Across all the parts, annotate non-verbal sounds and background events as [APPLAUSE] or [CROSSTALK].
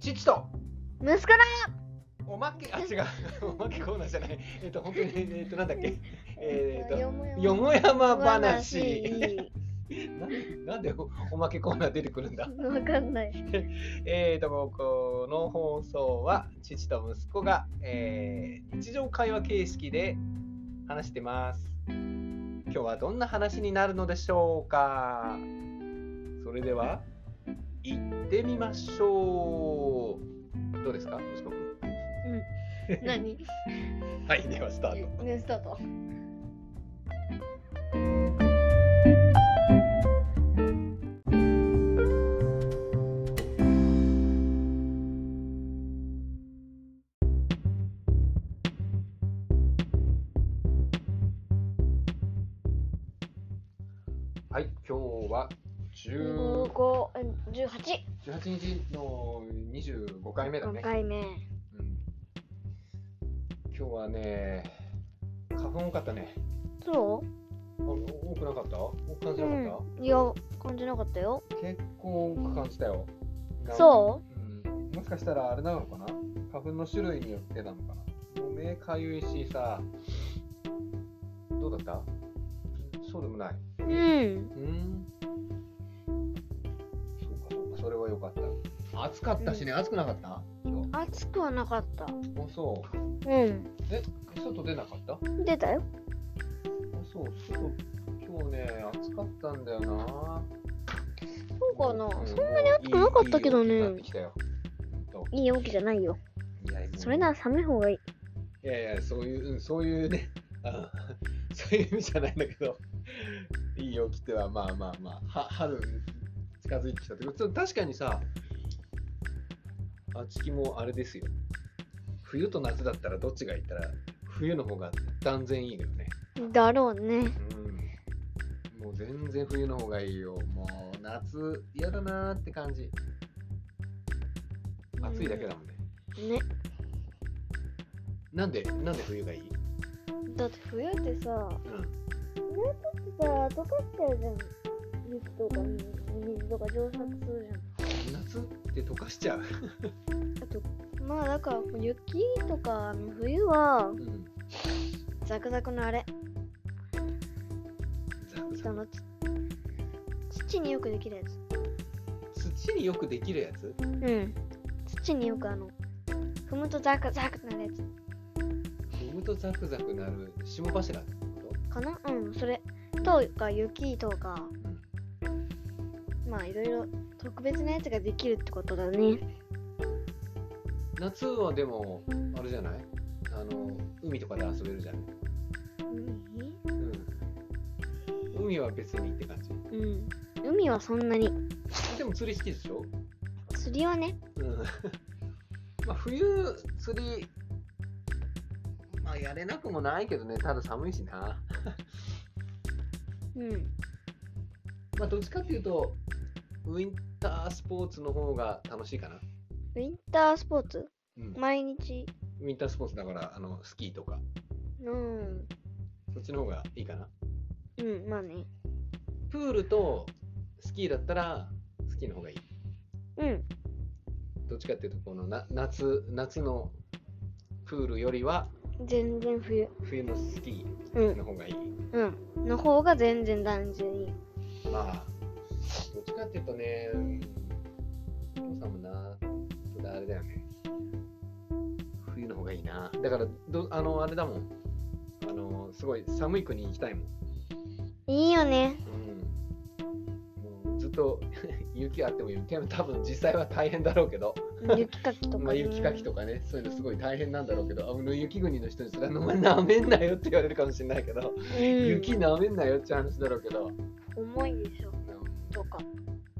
吉と息子だよおまけあ違う [LAUGHS] おまけコーナーじゃないえっ、と本当にえっ、となんだっけえっ、とよもやま話なんなんでおおまけコーナー出てくるんだわかん [LAUGHS] ない。えー、とここの放送は父と息子が、えー日常会話形式で話してます今日はどんな話になるのでしょうかそれでは行ってみましょうどうですか息子くん何？はいではスタートねスタート。はい今日は10十五、十八、 18日の25回目だ五ね回目。うん今日はね花粉多かったねそあ多くなかった多く感う？じなかった、うん。いや感じなかったよ。結構多く感じたよ、そう？うん、もしかしたらあれなのかな花粉の種類によってなのかなもう目かゆいしさどうだったそうでもないううん。うんそうかそうかそれは良かった暑かったしね、暑くなかった今日暑くはなかった。あそううん。え外出なかったあ出たよ。そう外今日ね暑かったんだよなそうかな。うそんなに暑くなかったけどいねい陽気になってきたよほんといい陽気じゃないよ。いやもうそれなら寒い方がいい。いやいや、そういう、うん、そういうね、 [LAUGHS] あのそういう意味じゃないんだけど、 [LAUGHS] いい陽気っては、まあまあまあ、は春近づいてきたってこと、ちょっと確かにさ、あちきもあれですよ。冬と夏だったらどっちがいいったら、冬の方が断然いいよね。だろうね。うん。もう全然冬の方がいいよ。もう夏嫌だなーって感じ。暑いだけだもんね。ね。なんで、なんで冬がいいだって冬ってさ、うん。さ溶かしてるじゃん。雪とか水とか蒸発するじゃん。夏って溶かしちゃう。あとまあだから雪とか冬はうん。ザクザクのあれザクザクそのつ土によくできるやつ土によくできるやつうん土によくあの踏むとザクザクなるやつ踏むとザクザクなる霜柱ってこかなうんそれとか雪とかと、うん、まあいろいろ特別なやつができるってことだね夏はでもあれじゃないあの海とかで遊べるじゃない、うん、海は別にって感じ海うん海はそんなにでも釣り好きでしょ、釣りはねうん [LAUGHS] まあ冬釣りまあやれなくもないけどねただ寒いしなうんまあどっちかっていうとウィンタースポーツの方が楽しいかな、ウィンタースポーツうん、毎日ウィンタースポーツだからあのスキーとかうんそっちの方がいいかなうんまあねプールとスキーだったらスキーの方がいい。うんどっちかっていうとこのな夏夏のプールよりは全然冬冬のスキうーんの方がいい。うんの方が全然断然いいまあどっちかっていうとね、うんお父さんもな、ただあれだよね。冬の方がいいな。だからどあのあれだもん。あのすごい寒い国に行きたいもん。いい [LAUGHS] よねうん、もうずっと [LAUGHS] 雪あっても雪は多分実際は大変だろうけど。雪かきとか、ねまあ、雪かきとかね、そういうのすごい大変なんだろうけど、あの雪国の人にそれはなめんなよって言われるかもしれないけど、うん雪なめんなよって話だろうけど、重いでしょとか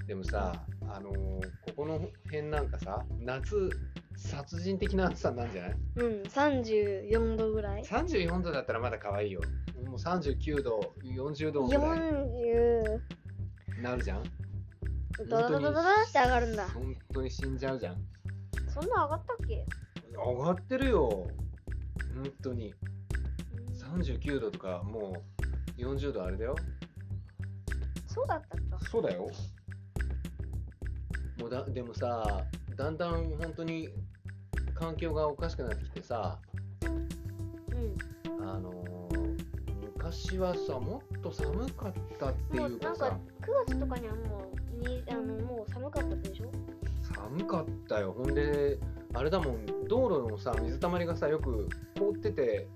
でもさ、あのーここの辺なんかさ、夏、殺人的な暑さなんじゃないうん34度ぐらい ?34 度だったらまだ可愛いよ。もう39度、40度ぐらい40になるじゃん。ドドドドドドって上がるんだ本当に死んじゃうじゃん。そんな上がったっけ上がってるよ、本当に。39度とか、もう40度あれだよ。そうだったかそうだよ。もうだでもさ、だんだん本当に環境がおかしくなってきてさうんあのー昔はさもっと寒かったっていうかもうなさん9月とかにはもうにあのもう寒かったでしょ寒かったよほんであれだもん道路のさ水たまりがさよく凍ってて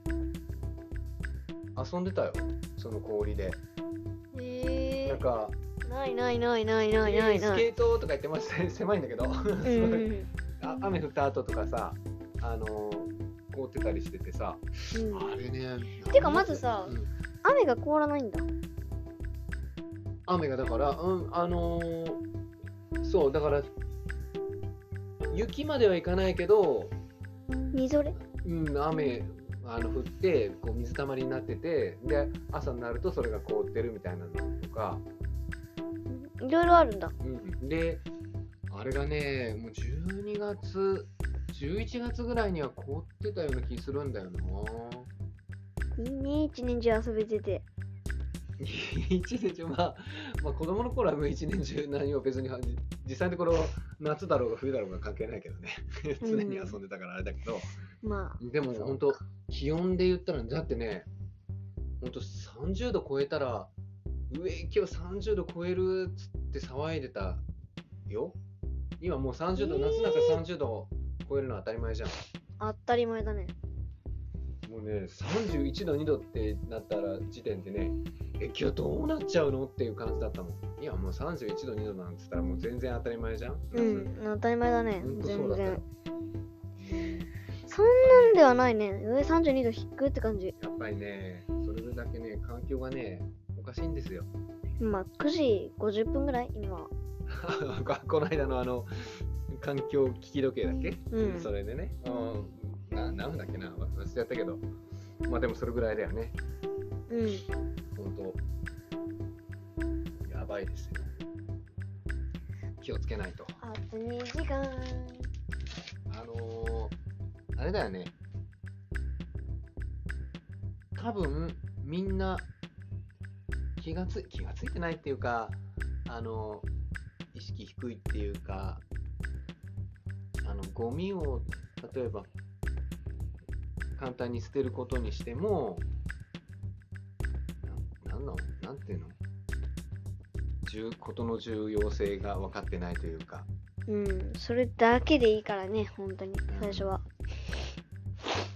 遊んでたよその氷でへなんかないないないないなスいないないケートとか言ってましたね [LAUGHS] 狭いんだけどうん [LAUGHS] あ雨降った後とかさあのー凍ってたりしててさうんあれねてかまずさうん雨が凍らないんだ雨がだから、うん、あのーそう、だから、雪まではいかないけど、みぞれうん、雨あの降って、こう水たまりになってて、で、朝になるとそれが凍ってるみたいなのとか、いろいろあるんだうん、で、あれがね、もう12月、11月ぐらいには凍ってたような気するんだよな。いいね一年中遊べてて [LAUGHS] 一年中、まあ、まあ、子供の頃はもう一年中何を別に実際のところ夏だろうが冬だろうが関係ないけどね [LAUGHS] 常に遊んでたからあれだけど、まあでも本当気温で言ったらだってね本当30度超えたら上今日30度超えるっつって騒いでたよ今もう30度、えー夏なんか30度超えるのは当たり前じゃん当たり前だねもうね31度2度ってなったら時点でねえ今日どうなっちゃうのっていう感じだったもんいやもう31度2度なんて言ったらもう全然当たり前じゃんうん当たり前だねほんとそうだ全ったよ然そんなんではないね上32度低って感じやっぱりねそれだけね環境がねおかしいんですよまあ9時50分ぐらい今この間のあの環境危機時計だっけ、うんそれでね、うん、ななんだっけな忘れちゃったけどまあでもそれぐらいだよねうん本当やばいですよ気をつけないとあと2時間あのーあれだよね。多分みんな気がつ気がついてないっていうか、あのー意識低いっていうか、あのゴミを例えば簡単に捨てることにしても、ななんなのなんていうの重ことの重要性が分かってないというか。うんそれだけでいいからね本当に最初は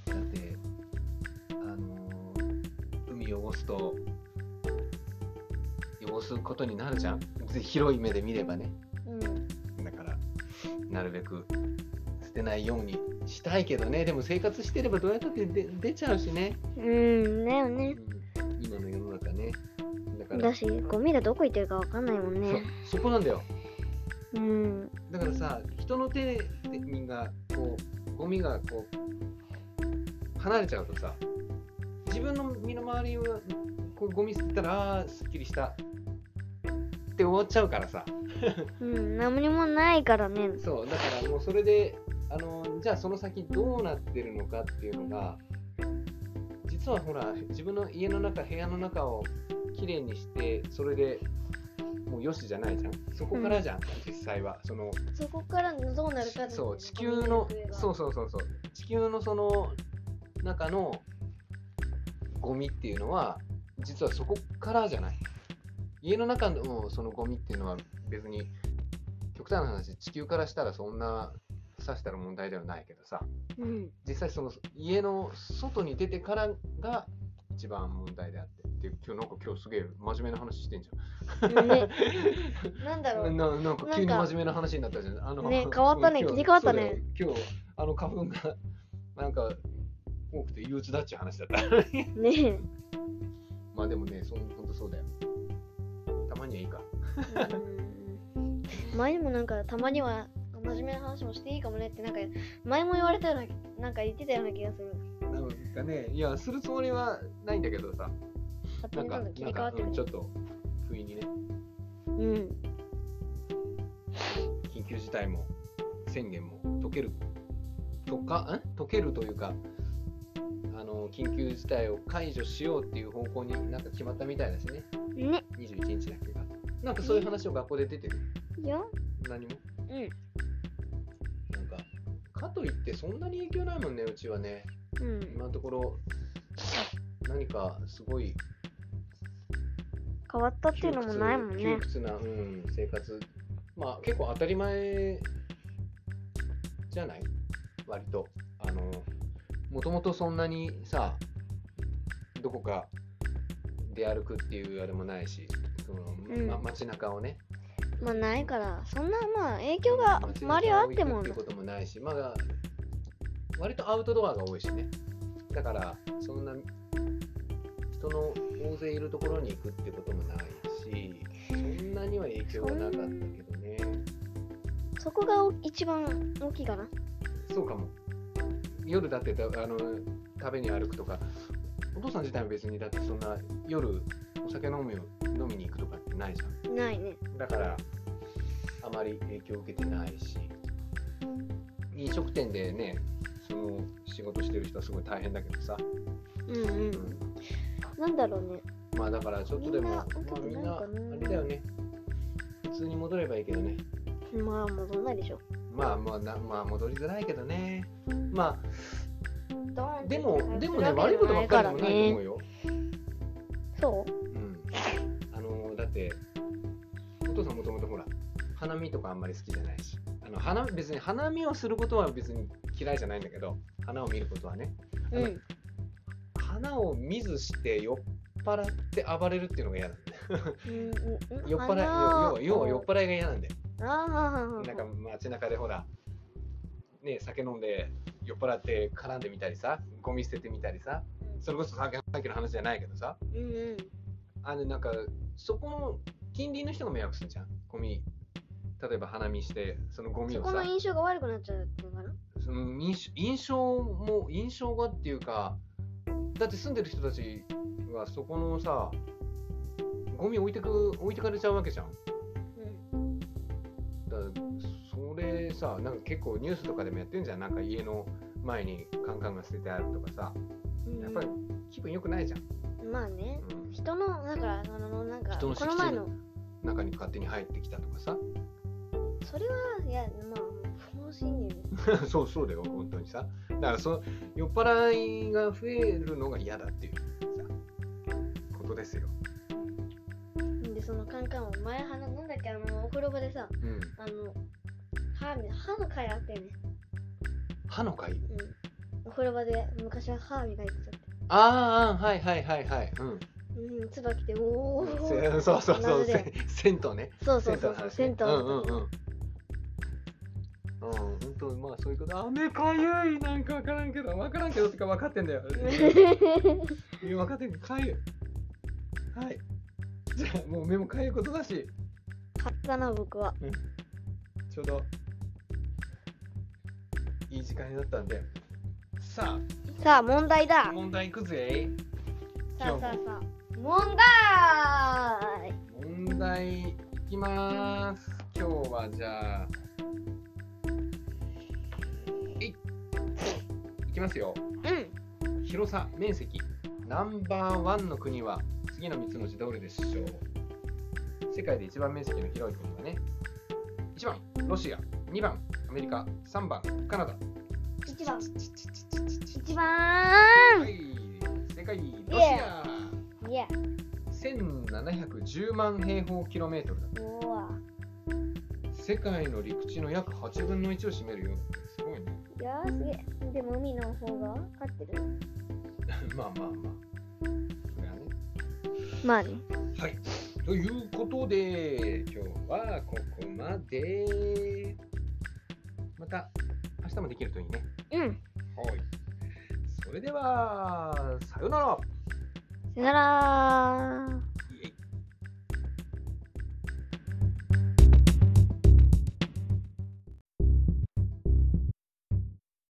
だってあのー海汚すと汚すことになるじゃんぜ広い目で見ればねうんだからなるべく捨てないようにしたいけどねでも生活してればどうやったってで出ちゃうしね、うんだようねん今の世の中ねだからだしゴミがどこ行ってるかわかんないもんねそそこなんだようんだからさ人の手でみんなこうゴミがこう離れちゃうとさ自分の身の回りをこうゴミ捨てたらあーすっきりしたって終わっちゃうからさうん何にもないからねそうだからもうそれであのじゃあその先どうなってるのかっていうのが実はほら自分の家の中部屋の中をきれいにしてそれでもうよしじゃないじゃんそこからじゃん、実際はそのそこからどうなるかそう地球のそうそうそうそう地球のその中のゴミっていうのは実はそこからじゃない家の中のそのゴミっていうのは別に極端な話地球からしたらそんなさしたら問題ではないけどさう、うん、実際その家の外に出てからが一番問題であってっていう今日なんか今日すげえ真面目な話してんじねゃ [LAUGHS] なんだろんうななんか急に真面目な話になったじゃんあのね変わったね今日切り替わったねそうだよ今日あの花粉がなんか多くて憂鬱だっちゅう話だった [LAUGHS] ねまあでもねそん本当そうだよたまにはいいかうん前にもなんかたまには真面目な話もしていいかもねってなんか前も言われたようななんか言ってたような気がするなんかねいやするつもりはないんだけどさ勝手なんかなにどんどん切りん替わかってうくんるちょっと不意にねうん緊急事態も宣言も解けるとかん解けるというかあの緊急事態を解除しようっていう方向になんか決まったみたいだしねね21日だっけかなんかそういう話を学校で出てるいや何もうんかといってそんなに影響ないもんねうちはねうん今のところ何かすごい変わったっていうのもないもん窮ね屈な、うん、生活まあ結構当たり前じゃない割とあのもともとそんなにさどこか出歩くっていうあれもないしその、うんま、街中をねまあないからそんなまあ影響が街中を周りはあって行もくっていうこともないしまあ割とアウトドアが多いしねだからそんな人の大勢いるところに行くってこともないしそんなには影響はなかったけどねそこが一番大きいかなそうかも夜だってたあの食べに歩くとかお父さん自体は別にだってそんな夜お酒飲むよ飲みに行くとかってないじゃんないねだからあまり影響を受けてないし飲食店でねその仕事してる人はすごい大変だけどさ、うんうんなんだろうねまあだからちょっとでもみんまなあ受けてみななんいかなあれだよね普通に戻ればいいけどねまあ戻んないでしょまあまあなまあ戻りづらいけどねまドーンあってでもでもねするわ悪けいことじゃばなっかりでもいないと思うよ、そうん、あのだってお父さんもともとほら花見とかあんまり好きじゃないしあの花別に花見をすることは別に嫌いじゃないんだけど花を見ることはねううん花を見ずして酔っ払って暴れるっていうのが嫌なんだようんうん酔っ払い要は要は酔っ払いが嫌なんだよ払いあなんか街中でほら、ね、酒飲んで酔っ払って絡んでみたりさ、ゴミ捨ててみたりさ、それこそさっきさっきの話じゃないけどさ、うんうんあのなんかそこの近隣の人が迷惑するじゃん、ゴミ。例えば花見して、そのゴミそをこさの、印象が悪くなっちゃうっていうのかなその印印象も、印象がっていうか、だって住んでる人たちはそこのさ、ゴミ置いてく置いてかれちゃうわけじゃん。だからそれさなんか結構ニュースとかでもやってんじゃんなんか家の前にカンカンが捨ててあるとかさうんやっぱり気分良くないじゃん、まあねう人のだからあのなんか人のこ敷地の前のん、中に勝手に入ってきたとかさそれはいやまあ不法侵入です [LAUGHS] そうそうだよ本当にさだからそ酔っ払いが増えるのが嫌だっていうさことですよ、でそのカンカンを前はななんだっけあのお風呂場でさうん、あの歯み歯の会あったよね、歯の会うん、お風呂場で昔は歯磨いてたってあーあーはいはいはいはいうんうん椿でおおせそうそうそ同うじせだんよ銭湯ねそう銭湯のそうそうそう話銭ね湯うんのうん時うんうん本当まあそういうことあ目かゆいなんか分からんけど分からんけどってか分かって [LAUGHS] んだよ分かってんけどかゆいはいじゃあもう目もかゆいことだし買ったな僕はちょうどいい時間になったんでささあ問題あだ問題いくぜさあさあさ今あ問問題題いきます今日はじゃあえいいきますようん広さ、面積、ナンバーワンの国は次の3つのうちどれでしょう世界で一番面積の広い国はね、1番、ロシア、2番、アメリカ、3番、カナダ。一番一は番い、正解、ロシア。いや1710万平方キロメートルだ。うわ世界の陸地の約8分の1を占めるよ。すごいね。いやーすげえでも海の方が勝ってるまあまあまあ。それはね。まあねはい。ということで、今日はここまで。また明日もできるといいね。うんはい。それでは、さようなら。さよなら